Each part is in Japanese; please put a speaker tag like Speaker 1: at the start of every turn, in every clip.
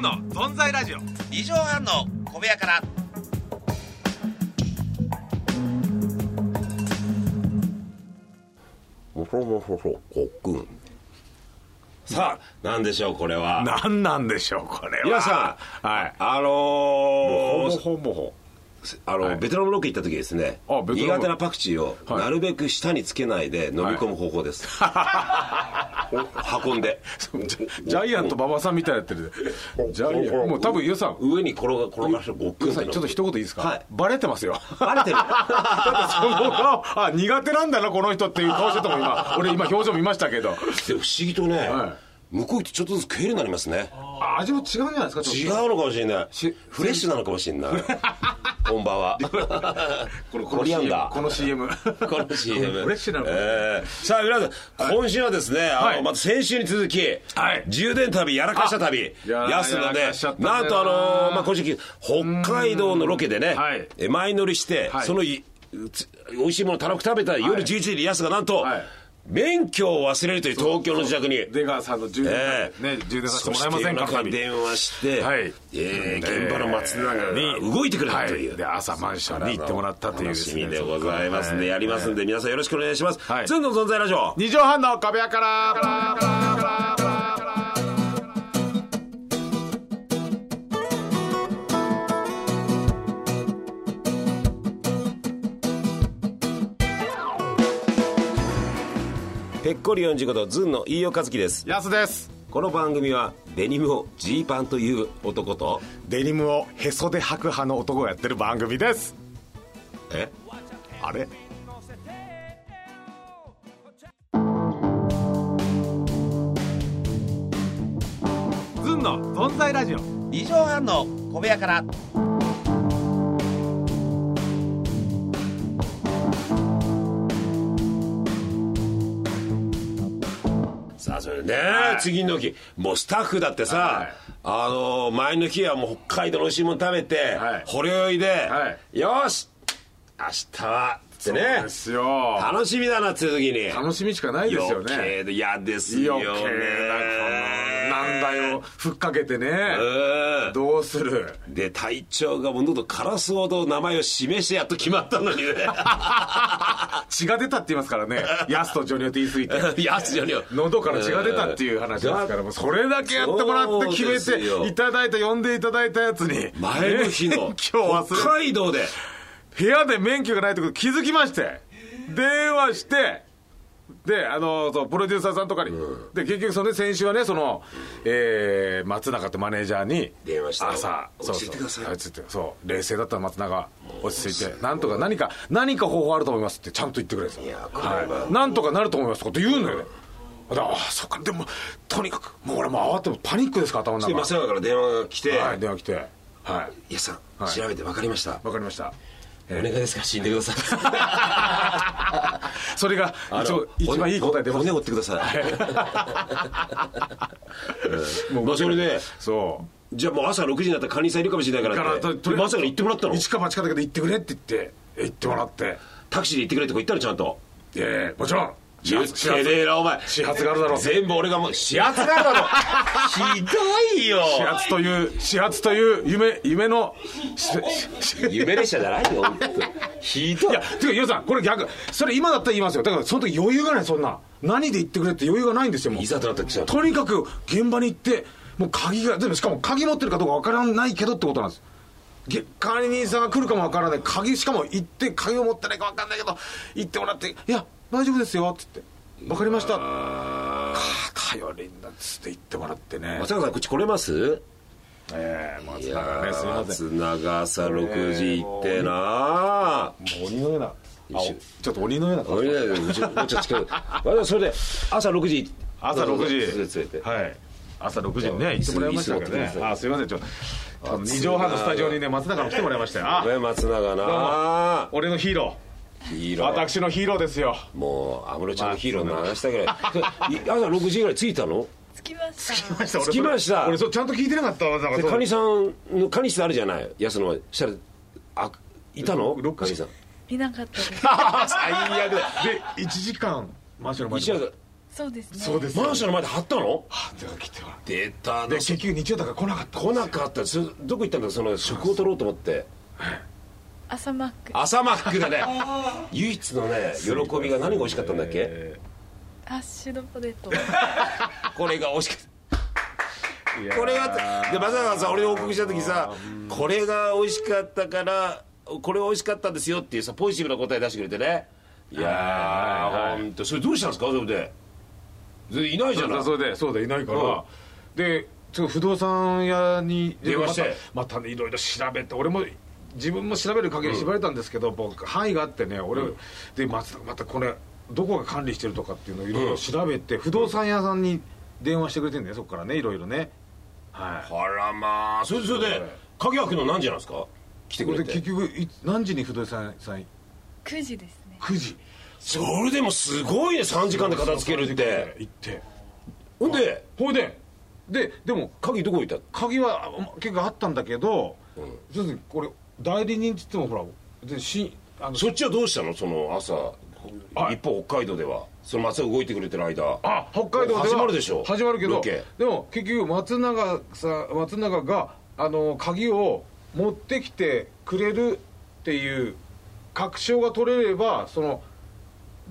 Speaker 1: の存在ラジオ
Speaker 2: 二畳半の小部屋から
Speaker 3: ほほほほほごっくんさあ何でしょうこれは
Speaker 1: 何なんでしょうこれは
Speaker 3: 皆さん
Speaker 1: はい
Speaker 3: あの
Speaker 1: ほぼ
Speaker 3: ー
Speaker 1: ほぼほ
Speaker 3: あのベトナムロケ行った時ですね
Speaker 1: あベトナム
Speaker 3: 苦手なパクチーを
Speaker 1: はい
Speaker 3: なるべく舌につけないで飲み込む方法です、運んで
Speaker 1: ジャイアント馬場さんみたいになってるジャイアンもう多分予算
Speaker 3: 上に転が転がしてごっくん
Speaker 1: 予算ちょっと一言いいですか、
Speaker 3: はい
Speaker 1: バレてますよ
Speaker 3: バレてる
Speaker 1: だってその顔あ苦手なんだなこの人っていう顔してたもん今俺今表情見ましたけど
Speaker 3: で不思議とね、
Speaker 1: は
Speaker 3: 向こう行ってちょっとずつ食えるようになりますね
Speaker 1: あ味も違うんじゃないですか
Speaker 3: 違
Speaker 1: う
Speaker 3: うのかもしれない
Speaker 1: し
Speaker 3: フレッシュなのかもしれないこんばんは
Speaker 1: この
Speaker 3: コリアンダー
Speaker 1: この CM
Speaker 3: この CM
Speaker 1: フレッシュなの
Speaker 3: えーさあ皆さん今週はですね、
Speaker 1: は
Speaker 3: あ
Speaker 1: い
Speaker 3: のまた先週に続き、
Speaker 1: はい
Speaker 3: 充電旅やらかした旅
Speaker 1: あいやー
Speaker 3: やすの
Speaker 1: やら
Speaker 3: で
Speaker 1: かしちゃったね
Speaker 3: なんとあのーまあ、今週北海道のロケでね、
Speaker 1: はい
Speaker 3: え前乗りして、
Speaker 1: はい
Speaker 3: そのいつ美味しいもの楽く食べた夜11時にやすがなんと、
Speaker 1: はい
Speaker 3: 免許を忘れるという東京の自宅に
Speaker 1: 出川さんの充電,、
Speaker 3: ええ
Speaker 1: ね、充電させてもらえません
Speaker 3: そ
Speaker 1: か
Speaker 3: して夜中に電話して、
Speaker 1: はい
Speaker 3: えー現場の松永が動いてくれたという、
Speaker 1: はで朝マンションに行ってもらったという
Speaker 3: 楽
Speaker 1: す
Speaker 3: し
Speaker 1: ね
Speaker 3: みでございますんで、やりますんで、皆さんよろしくお願いします。
Speaker 1: はい
Speaker 3: つんの存在ラジオ。
Speaker 1: 二畳半の壁屋から
Speaker 3: ぺっこり45度、ずんの飯尾和樹です。
Speaker 1: やすです
Speaker 3: この番組は、デニムをジーパンという男と、
Speaker 1: デニムをへそで履く派の男がやってる番組です
Speaker 3: え
Speaker 1: あれずんの存在ラジオ
Speaker 2: 二畳半の小部屋から
Speaker 3: さあ、それでね、
Speaker 1: はい
Speaker 3: 次の日、もうスタッフだってさ、
Speaker 1: はい
Speaker 3: あのー前の日はもう北海道の美味しいもの食べて、
Speaker 1: はい
Speaker 3: ほろ酔いで、
Speaker 1: は
Speaker 3: よーし明日はって
Speaker 1: そう
Speaker 3: ね
Speaker 1: で、すよ
Speaker 3: 楽しみだなっていう時に、
Speaker 1: 楽しみしかないですよ
Speaker 3: 余
Speaker 1: ね
Speaker 3: 計で嫌ですよ
Speaker 1: 余
Speaker 3: ね。
Speaker 1: 計なこのなんだよふっかけてね
Speaker 3: うん
Speaker 1: どうする
Speaker 3: で隊長がもう喉からすほど名前を示してやっと決まったのに
Speaker 1: 血が出たって言いますからねヤスとジョニオって言い過ぎて
Speaker 3: ねやつじゃねえよ
Speaker 1: 喉から血が出たっていう話ですからもうそれだけやってもらって決め
Speaker 3: そうですよ
Speaker 1: ていただいた呼んでいただいたやつに
Speaker 3: 前の日の
Speaker 1: 免許を
Speaker 3: 北
Speaker 1: 忘れ
Speaker 3: 海道で
Speaker 1: 部屋で免許がないってこと気づきまして電話してであのそうプロデューサーさんとかに、で結局その、ね、先週はねその、えー松永ってマネージャーに
Speaker 3: 電話して
Speaker 1: 朝
Speaker 3: 教えてください
Speaker 1: そうそうあそう冷静だった松永落ち着いてなんとか何か何か方法あると思いますってちゃんと言ってくれてた
Speaker 3: やこれは
Speaker 1: はい、なんとかなると思いますとかって言うのよだああそっかでもとにかくもう俺もう慌ててパニックですから頭の
Speaker 3: で
Speaker 1: 中
Speaker 3: 松永から電話が来て「
Speaker 1: はい電話来てはい
Speaker 3: いやさん、
Speaker 1: はい
Speaker 3: 調べて分かりました、
Speaker 1: わかりました
Speaker 3: お願いですから死んでください」
Speaker 1: それが
Speaker 3: あの
Speaker 1: 一応一番いい答え出ま
Speaker 3: 骨
Speaker 1: した
Speaker 3: 折ってください、
Speaker 1: もう
Speaker 3: まあそれで
Speaker 1: そ
Speaker 3: じゃあもう朝6時になったら管理員さんいるかもしれな
Speaker 1: う
Speaker 3: いからって
Speaker 1: ととりあえず
Speaker 3: まさか行ってもらったの
Speaker 1: 一か八かだけど行ってくれって言ってえ行ってもらって
Speaker 3: タクシーで行ってくれってこ行ったのちゃんと
Speaker 1: ええもちろん始
Speaker 3: 言っ
Speaker 1: 発始
Speaker 3: てねえ
Speaker 1: 発
Speaker 3: なお前
Speaker 1: 始発があるだろう始
Speaker 3: 全部俺がもう始発があるだろひどいよ
Speaker 1: 発という始発という夢夢のししし
Speaker 3: 夢列車じゃないよ本当ひど
Speaker 1: い
Speaker 3: い
Speaker 1: やてかヨウさんこれ逆それ今だったら言いますよだからその時余裕がないそんな何で言ってくれって余裕がないんですよもう
Speaker 3: いざとなったら来ちゃう
Speaker 1: とにかく現場に行ってもう鍵がでもしかも鍵持ってるかどうかわからないけどってことなんですげ管理人さんが来るかもわからない鍵しかも行って鍵を持ってないかわかんないけど行ってもらって「いや大丈夫ですよ」っつって「分かりました」か頼りになっつって行ってもらってね
Speaker 3: 松永さんこっち来れます
Speaker 1: ええ松
Speaker 3: い
Speaker 1: 永ねすみません
Speaker 3: 松永朝6時行ってな
Speaker 1: もう鬼のようなあおちょっと鬼のような顔
Speaker 3: 俺ねうちもうちょっと近くまあそれで朝6時
Speaker 1: 朝6時
Speaker 3: 連れて
Speaker 1: はい朝6時にね行ってもらいました
Speaker 3: いつもいつも来
Speaker 1: けど
Speaker 3: てくだ
Speaker 1: ね
Speaker 3: さい
Speaker 1: あすいませんちょっと2畳半のスタジオにね松永も来てもらいましたよあ
Speaker 3: ね松永な
Speaker 1: 俺のヒーロ
Speaker 3: ヒー
Speaker 1: ー
Speaker 3: ロー
Speaker 1: 私のヒーローですよ
Speaker 3: もう安室ちゃんのヒーローの話したぐらい朝6時ぐらい着いたの
Speaker 4: 着きまし た。
Speaker 1: 着
Speaker 3: 着きました
Speaker 1: 俺それちゃんと聞いてなかったわなんか
Speaker 3: で
Speaker 1: そう
Speaker 3: カニさんのカニ室あるじゃない安野はしたらあいたの
Speaker 1: ろ
Speaker 3: カニさん
Speaker 4: いなかったです。
Speaker 1: 最悪だで1時間マシュの前
Speaker 3: 一夜
Speaker 1: で
Speaker 3: が
Speaker 4: そうですね
Speaker 1: そうです
Speaker 3: マンションの前で貼ったの
Speaker 1: あでは来ては
Speaker 3: 出たな
Speaker 1: で結局日曜だから来なかった
Speaker 3: 来なかったそれどこ行ったんだその職を取ろうと思って
Speaker 4: 朝マック
Speaker 3: 朝マックだ ね唯一のね喜びが何が美味しかったんだっけ
Speaker 1: え
Speaker 4: ハッシュドポテト
Speaker 3: これが美味しかった
Speaker 1: ーいやー
Speaker 3: これはでまさかさ俺に報告した時さこれが美味しかったからこれ美味しかったんですよっていうさポジティブな答え出してくれてねいや
Speaker 1: はいはい
Speaker 3: ー
Speaker 1: はい
Speaker 3: ほんとそれどうしたんですかそれでそれいないじゃ
Speaker 1: そう
Speaker 3: ない
Speaker 1: だそれでそうだいないから、
Speaker 3: うん
Speaker 1: でちょっと不動産屋に
Speaker 3: 電話して
Speaker 1: またまたいろいろ調べて俺も自分も調べる限り縛れたんですけど、僕範囲があってね俺、でまたまたこれどこが管理してるとかっていうのをいろいろ調べて、不動産屋さんに電話してくれてんだよそこからねいろいろねはい
Speaker 3: あらまあそれでそれで鍵開くの何時なんですか来てくれ
Speaker 1: で結
Speaker 3: て
Speaker 1: 局い何時に不動産屋さん
Speaker 4: 9時ですね
Speaker 1: 9時
Speaker 3: それでもすごいね3時間で片付けるって
Speaker 1: 行って
Speaker 3: ほんで
Speaker 1: ほいでででも
Speaker 3: 鍵どこ置いたの
Speaker 1: 鍵はあ結構あったんだけど、要するにこれ代理人っつってもほら別にしあの
Speaker 3: そっちはどうしたのその朝
Speaker 1: はい
Speaker 3: 一方北海道ではその松が動いてくれてる間
Speaker 1: あ北海道では
Speaker 3: 始まるでしょ
Speaker 1: 始まるけ
Speaker 3: ロ
Speaker 1: ど
Speaker 3: ケ
Speaker 1: でも結局松永さん松永があの鍵を持ってきてくれるっていう確証が取れればその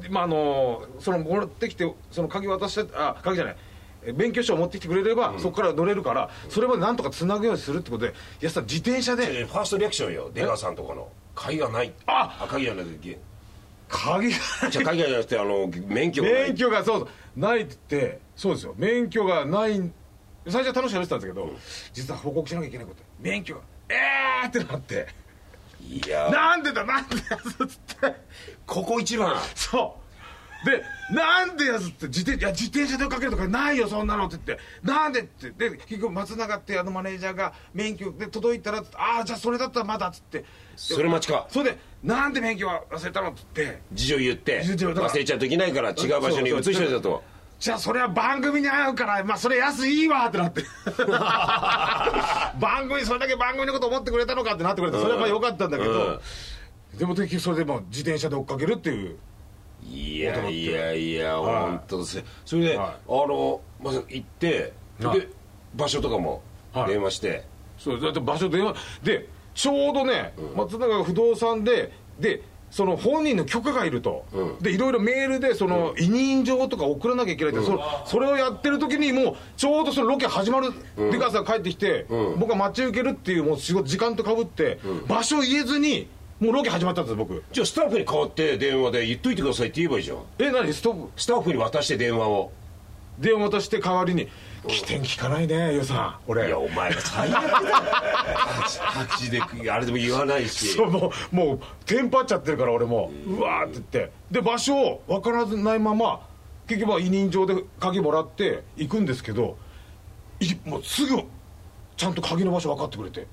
Speaker 1: でまああのその持ってきてその鍵渡してあ鍵じゃないえ免許証を持ってきてくれれば、そこから乗れるからそれまでなんとかつなぐようにするってことでいやさ自転車で
Speaker 3: えーファーストリアクションよ出川さんとかの鍵がない
Speaker 1: あ
Speaker 3: 鍵がない時
Speaker 1: 鍵が
Speaker 3: じゃあ鍵がなくてあの免許がない
Speaker 1: 免許がそうそうないって言ってそうですよ免許がない最初は楽しく喋ってたんですけど、実は報告しなきゃいけないこと免許がえーってなって
Speaker 3: いや
Speaker 1: なんでだなんでやつって
Speaker 3: ここ一番
Speaker 1: そうでなんでやつって自転いや自転車で追っかけるとかないよそんなのって言ってなんでってで結局松永ってあのマネージャーが免許で届いたらつってああじゃあそれだったらまだっつって
Speaker 3: それ待ちか
Speaker 1: それでなんで免許は忘れたのって言って
Speaker 3: 事情言って
Speaker 1: 事情だから
Speaker 3: 忘れちゃうといけないから違う場所に移しといたと
Speaker 1: じゃあそれは番組に合うからまあそれ安いいわってなって 番組それだけ番組のこと思ってくれたのかってなってくれたそれはまあよかったんだけど、でも結局それでもう自転車で追っかけるっていう
Speaker 3: いや
Speaker 1: 驚
Speaker 3: い
Speaker 1: いて
Speaker 3: やいや
Speaker 1: はい
Speaker 3: 本当ですそれで、
Speaker 1: はい
Speaker 3: あのまさ行って
Speaker 1: はい
Speaker 3: で場所とかも
Speaker 1: はい
Speaker 3: 電話して、
Speaker 1: そうだって場所電話でちょうどね、松永不動産ででその本人の許可がいると、でいろいろメールでその委任状とか送らなきゃいけないって、そのそれをやってる時にもうちょうどそのロケ始まる、出川さんが帰ってきて、僕が待ち受けるっていうもう仕事時間とかぶって、場所言えずにもうロケ始まったんですよ僕
Speaker 3: じゃあスタッフに代わって電話で言っといてくださいって言えばいいじゃん
Speaker 1: え何ストップ
Speaker 3: スタッフに渡して電話を
Speaker 1: 電話渡して代わりに起点聞かないね予算俺
Speaker 3: いやお前が最悪だよ 8, であれでも言わないし
Speaker 1: そうもうもうテンパっちゃってるから俺もうわーって言ってで場所を分からずないまま結局は委任状で鍵もらって行くんですけどいもうすぐちゃんと鍵の場所分かってくれて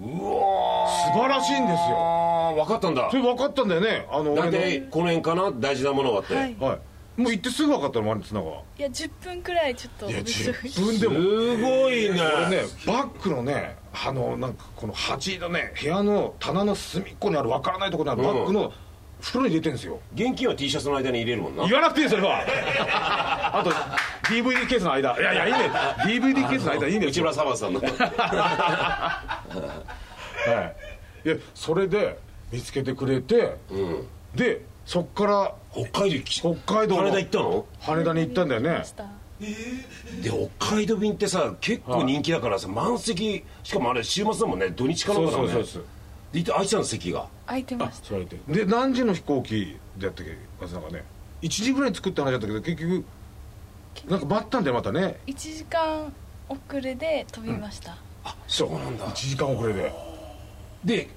Speaker 3: うわー
Speaker 1: 素晴らしいんですよ
Speaker 3: あー分かったんだ
Speaker 1: それ分かったんだよねあの
Speaker 3: 大
Speaker 1: 俺
Speaker 3: 体この辺かな大事なものがあって、
Speaker 4: はい
Speaker 1: のはいもう行ってすぐ分かったのマリツナが
Speaker 4: いや10分くらいちょっと
Speaker 1: いや
Speaker 4: 物
Speaker 1: 10分ですも
Speaker 3: ごいね
Speaker 1: 俺ねバッグのねあのなんかこの端のね部屋の棚の隅っこにある分からないところにあるバッグの袋に入れてんですよ
Speaker 3: 現金は T シャツの間に入れるもんな
Speaker 1: 言わなくていいよそれ はあと DVD ケースの間いやいやいいね DVD ケースの間いいね
Speaker 3: 内村サバさんの
Speaker 1: はいいやそれで見つけてくれて、でそっから
Speaker 3: 北海道き
Speaker 1: 北海道の
Speaker 3: 羽田行ったの
Speaker 1: 羽田に行ったんだよね
Speaker 4: した
Speaker 3: で北海道便ってさ結構人気だからさ満席しかもあれ週末だもんね土日かなんかだもんね
Speaker 1: そうそうそうそう
Speaker 3: で行ってあいちゃんの席が
Speaker 4: 空いてました
Speaker 1: それでで何時の飛行機でやったっけ松永ね1時ぐらいに作った話だったけど結局なんか待ったんだよまたね
Speaker 4: 1時間遅れで飛びました、
Speaker 1: そうなんだ1時間遅れで
Speaker 3: で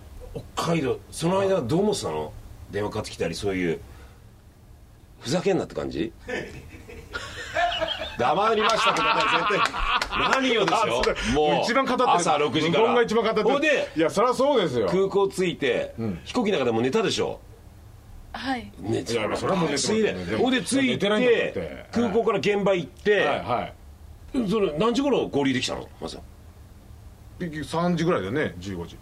Speaker 3: 北海道その間どう思ってたの電話かかってきたりそういうふざけんなって感じ 黙りましたけどね絶対何よで
Speaker 1: あ
Speaker 3: すよもう
Speaker 1: 一番語ってる
Speaker 3: 朝6時から
Speaker 1: うどんが一番語って
Speaker 3: ほんで
Speaker 1: いやそりゃそうですよ
Speaker 3: 空港着いて、飛行機の中でもう寝たでしょ
Speaker 4: はい
Speaker 3: 寝て
Speaker 1: いやまあそれはもう寝てます
Speaker 3: 着い
Speaker 1: よね
Speaker 3: てほんで着い
Speaker 1: 寝てないんだもんだって
Speaker 3: て空港から現場行って、
Speaker 1: はいはい
Speaker 3: それ何時頃合流できたのまず
Speaker 1: 結局3時ぐらいだよね15時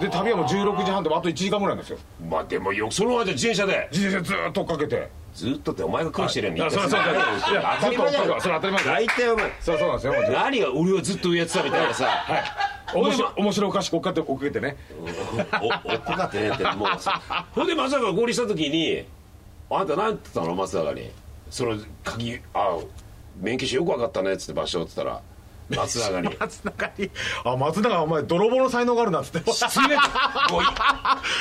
Speaker 1: で旅はもう16時半であと1時間ぐらいなんですよ
Speaker 3: まあでもよその間自転車で
Speaker 1: 自転車ずーっと追っかけて
Speaker 3: ずっとってお前が苦労してるように
Speaker 1: あそうそうそういや
Speaker 3: 当たり前だ
Speaker 1: ずっと追っかけ
Speaker 3: よ
Speaker 1: るそれ当たり前だ
Speaker 3: 大体お前
Speaker 1: そうそうなんですよもちろん
Speaker 3: 何が俺をずっと上やってたみたいなさ、
Speaker 1: はい面白面白おかしく追っかけて追っかけてね
Speaker 3: おおっこかってねってもうさほんで松坂が合流した時にあんた何て言ったの松坂にその鍵あ免許証よく分かったねっつって場所って言ったら松坂に「
Speaker 1: 松永にあ松永お前泥棒の才能があるなっつって
Speaker 3: 失 礼おい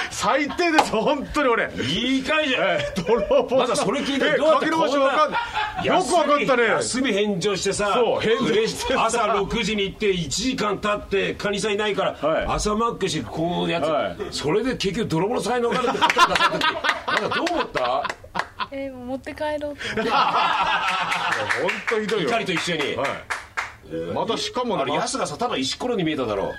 Speaker 1: 最低です本当に俺
Speaker 3: いい会じゃん
Speaker 1: 泥棒
Speaker 3: まだそれ聞いて
Speaker 1: え
Speaker 3: どうやって
Speaker 1: かけ直しわかんないよくわかったね
Speaker 3: 休み返上してさ
Speaker 1: そう返上してさ
Speaker 3: 朝6時に行って1時間経ってカニさんいないから、
Speaker 1: はい
Speaker 3: 朝マックしてこうやつ、
Speaker 1: はい
Speaker 3: それで結局泥棒の才能があるって答え出された時なんかどう思 った
Speaker 4: えー、もう持って帰ろうと思って
Speaker 1: 本当ひどいよ
Speaker 3: 光と一緒に、
Speaker 1: はいまたしかもね
Speaker 3: あれ
Speaker 1: ま
Speaker 3: 安がさただ石ころに見えただろ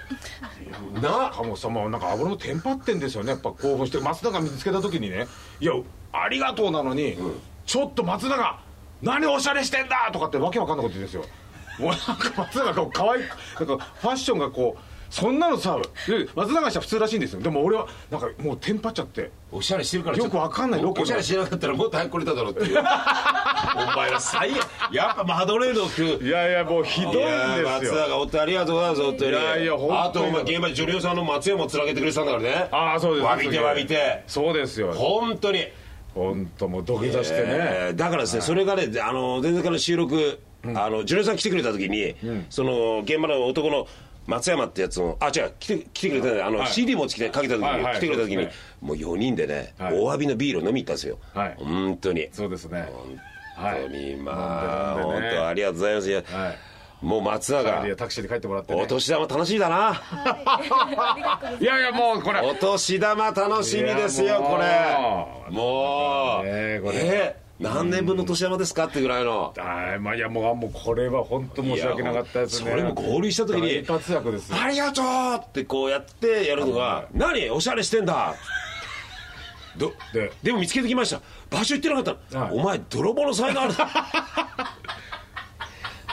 Speaker 3: うな
Speaker 1: かもさまあなんか俺もテンパってんですよねやっぱ興奮して松永見つけた時にねいやありがとうなのに、ちょっと松永何おしゃれしてんだとかってわけわかんないこと言うんですよもうなんか松永こう可愛いなんかファッションがこうそんなのさで松永氏は普通らしいんですよでも俺はなんかもうテンパっちゃって
Speaker 3: おしゃれしてるから
Speaker 1: よくわかんない
Speaker 3: ちょっ
Speaker 1: ロケ
Speaker 3: とおし
Speaker 1: の
Speaker 3: ゃれしてなかったらもっと早く来れただろうって いうお前ら最悪やっぱマドレード級
Speaker 1: いやいやもうひどいん
Speaker 3: いやー
Speaker 1: です
Speaker 3: 松
Speaker 1: よ
Speaker 3: 永おってありがとうございます本当に
Speaker 1: いやいや本当に
Speaker 3: あとお前現場に女優さんの松山もつなげてくれてたんだからね
Speaker 1: ああそうです
Speaker 3: わびてわびて
Speaker 1: そうですよ
Speaker 3: 本当に
Speaker 1: 本当もう土下座してね、
Speaker 3: えーだからですね、それがねあの前々から収録、あのジュニアさん来てくれた時に、その現場の男の松山ってやつのあ違う来て来てくれたんであの、
Speaker 1: はい
Speaker 3: CD 持ち来てかけた時に、
Speaker 1: はいはい
Speaker 3: 来てくれた時に、
Speaker 1: そうです
Speaker 3: もう4人でね、
Speaker 1: はい
Speaker 3: お詫びのビール飲み行ったんですよ、
Speaker 1: はい
Speaker 3: 本当に
Speaker 1: そうですね
Speaker 3: 本当に、まあ、
Speaker 1: 飲んで飲んでね
Speaker 3: 本当ありがとうございますいや、
Speaker 1: はい
Speaker 3: もう松
Speaker 1: いや
Speaker 3: 永
Speaker 1: タクシーで帰ってもらって、ね
Speaker 3: お、年玉楽しみだな
Speaker 4: ありがとうございます
Speaker 1: いやいやもうこれ
Speaker 3: お年玉楽しみです
Speaker 1: いや
Speaker 3: よ
Speaker 1: もう
Speaker 3: これもう
Speaker 1: ねこれ
Speaker 3: えー何年分の年玉ですかってぐらいの
Speaker 1: あーまあいやもうあもうこれは本当申し訳なかったですね
Speaker 3: いやそれも合流した時に
Speaker 1: 一発役ですよ
Speaker 3: ありがとうってこうやってやるのが「何おしゃれしてんだ」ど
Speaker 1: で
Speaker 3: でも見つけてきました場所行ってなかったの、
Speaker 1: はい
Speaker 3: お前泥棒の才能ある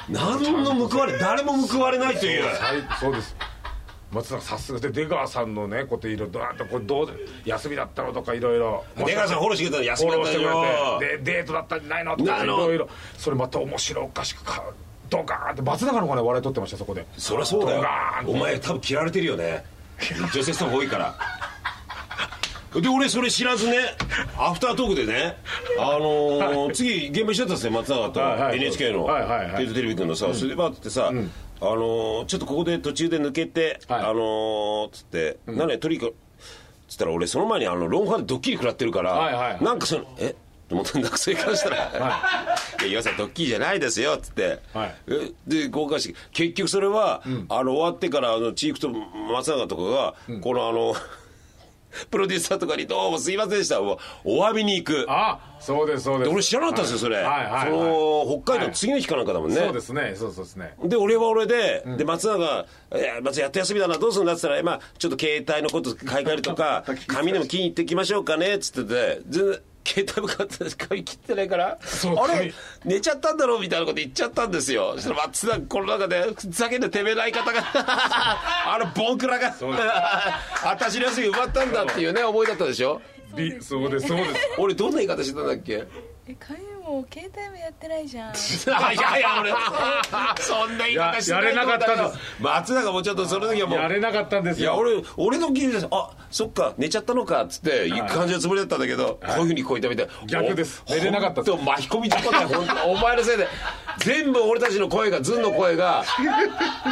Speaker 3: 何の報われ誰も報われないという
Speaker 1: はいそうです松永さすがで出川さんのねこといろいろどうやってこれどう休みだったのとかいろいろ
Speaker 3: 出川さんフォローしてくれたら
Speaker 1: フ
Speaker 3: 安
Speaker 1: ォ
Speaker 3: か
Speaker 1: ロ
Speaker 3: っ
Speaker 1: ー
Speaker 3: た
Speaker 1: してく
Speaker 3: よ
Speaker 1: れてでデートだったんじゃないのと
Speaker 3: な
Speaker 1: か
Speaker 3: あ
Speaker 1: い
Speaker 3: の
Speaker 1: ろいろそれまた面白おかしくかドカーンって松永の方がね笑い取ってましたそこで
Speaker 3: そりゃそうだよ
Speaker 1: ドカーンって
Speaker 3: お前多分嫌われてるよね女性スタッフ多いからで俺それ知らずねアフタートークでねあのー次現場一緒だったんですね松永と
Speaker 1: はいはい
Speaker 3: NHK の
Speaker 1: はいはいはい
Speaker 3: テレビテレビ局のさそれでバーってさ、あのーちょっとここで途中で抜けて、
Speaker 1: はい
Speaker 3: あのーつって「何や取りに行くか」つったら俺その前にあのロンハーでドッキリ食らってるから、
Speaker 1: はいはいはい
Speaker 3: なんかその「えと思ったんだそれからしたら「い、や岩さんドッキリじゃないですよ」っつって、
Speaker 1: はい
Speaker 3: えで交換して結局それは、あの終わってからあのチークと松永とかが、このあの プロデューサーとかに「どうもすいませんでした」おお詫びに行く
Speaker 1: あそうですそうで
Speaker 3: です俺知らなかったんですよそれ、
Speaker 1: はいはいはい
Speaker 3: その北海道の次の日かなんかだもんね、
Speaker 1: そうですねそうそうですね
Speaker 3: で俺は俺で、で松永が「いや松永やっと休みだなどうするんだ」っつったら「まあちょっと携帯のこと買い替えると か髪でも切りに行ってきましょうかね」っつってて全然携帯も買って髪切ってないから「
Speaker 1: そう
Speaker 3: あれ寝ちゃったんだろ?」みたいなこと言っちゃったんですよそしたら松永この中でふざけんなてめえない方 があのボンクラが 私の休み奪ったんだっていうね思いだったでしょ
Speaker 1: びそうですそうです
Speaker 3: 俺どんな言い方してたんだっけ
Speaker 4: え髪も携帯もやってな いじゃん
Speaker 3: いやいや俺 そんな言い方してないと思
Speaker 1: ややれなかったんで
Speaker 3: 松永もちょっとその時はもう
Speaker 1: やれなかったんです
Speaker 3: いや
Speaker 1: よ
Speaker 3: 俺俺の気ですあそっか寝ちゃったのかっつっていう感じのつもりだったんだけど、こういうふうに聞こえたみたい
Speaker 1: 逆です
Speaker 3: お
Speaker 1: 寝れなかったです
Speaker 3: ほんと巻き込み事故 だよほんとお前のせいで全部俺たちの声がズンの声 が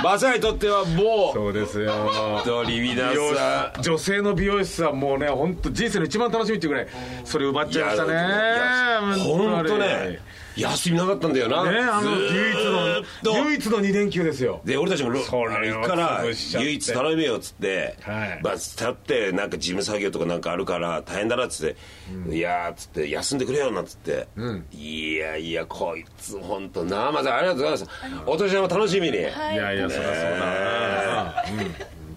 Speaker 3: マサイにとってはもう
Speaker 1: そうですよ
Speaker 3: 本当に皆
Speaker 1: 美容師
Speaker 3: さ
Speaker 1: さん女性の美容師さんもうね本当人生の一番楽しみっていうぐらいそれ奪っ
Speaker 3: ん
Speaker 1: ちゃいましたね
Speaker 3: 本当
Speaker 1: あれ
Speaker 3: ね休みなかったんだよな
Speaker 1: ねあの
Speaker 3: ずー
Speaker 1: 唯
Speaker 3: っ
Speaker 1: 一
Speaker 3: と
Speaker 1: の唯一の2連休ですよ
Speaker 3: で俺たちもロ
Speaker 1: それを
Speaker 3: 行くから
Speaker 1: 潰しちゃって
Speaker 3: 唯一頼めよっつって、
Speaker 1: はい
Speaker 3: まあ伝ってなんか事務作業とかなんかあるから大変だなっつって、いやーっつって休んでくれよなっつって、いやいやこいつ本当なまずありがとうございますお年玉楽しみに、
Speaker 4: はい
Speaker 1: やいやそりゃそうだなうん本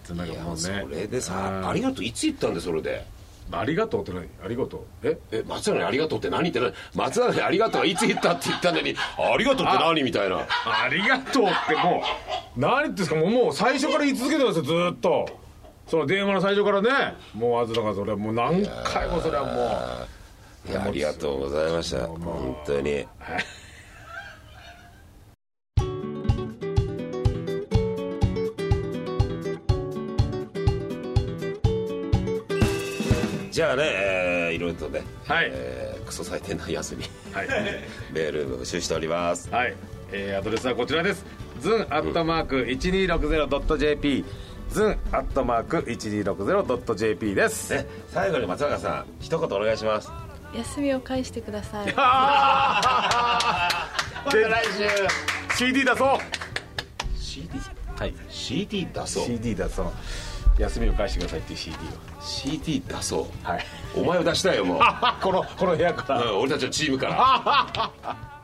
Speaker 1: 当なんかもう
Speaker 3: それ
Speaker 1: ね
Speaker 3: でさ「ありがとう」いつ言ったんでそれで
Speaker 1: ありがとうって何ありがとうえ
Speaker 3: 「え松永にありがとうって何?」って何松永にありがとうはいつ言ったって言ったのに「ありがとうって何?」みたいな
Speaker 1: ありがとうってもう何言ってんですかもうもう最初から言い続けてますよずーっとその電話の最初からねもうあずらがそれはもう何回もそれはもう
Speaker 3: いやありがとうございました本当にじゃあね、えー、いろいろとね、
Speaker 1: はい
Speaker 3: えークソ最低な休み
Speaker 1: はい
Speaker 3: メール募集しております
Speaker 1: はい、えーアドレスはこちらですズンアットマーク 1260.jp ズンアットマーク 1260.jp です
Speaker 3: ね最後に松永さん一言お願いします
Speaker 4: 休みを返してください
Speaker 1: CD だそう
Speaker 3: CD
Speaker 1: はい
Speaker 3: CD 出そう
Speaker 1: CD だそう休みを返してくださいっていう CD を
Speaker 3: CD 出そう
Speaker 1: はい
Speaker 3: お前を出したいよもう
Speaker 1: このこの部屋から
Speaker 3: うん俺たちのチームから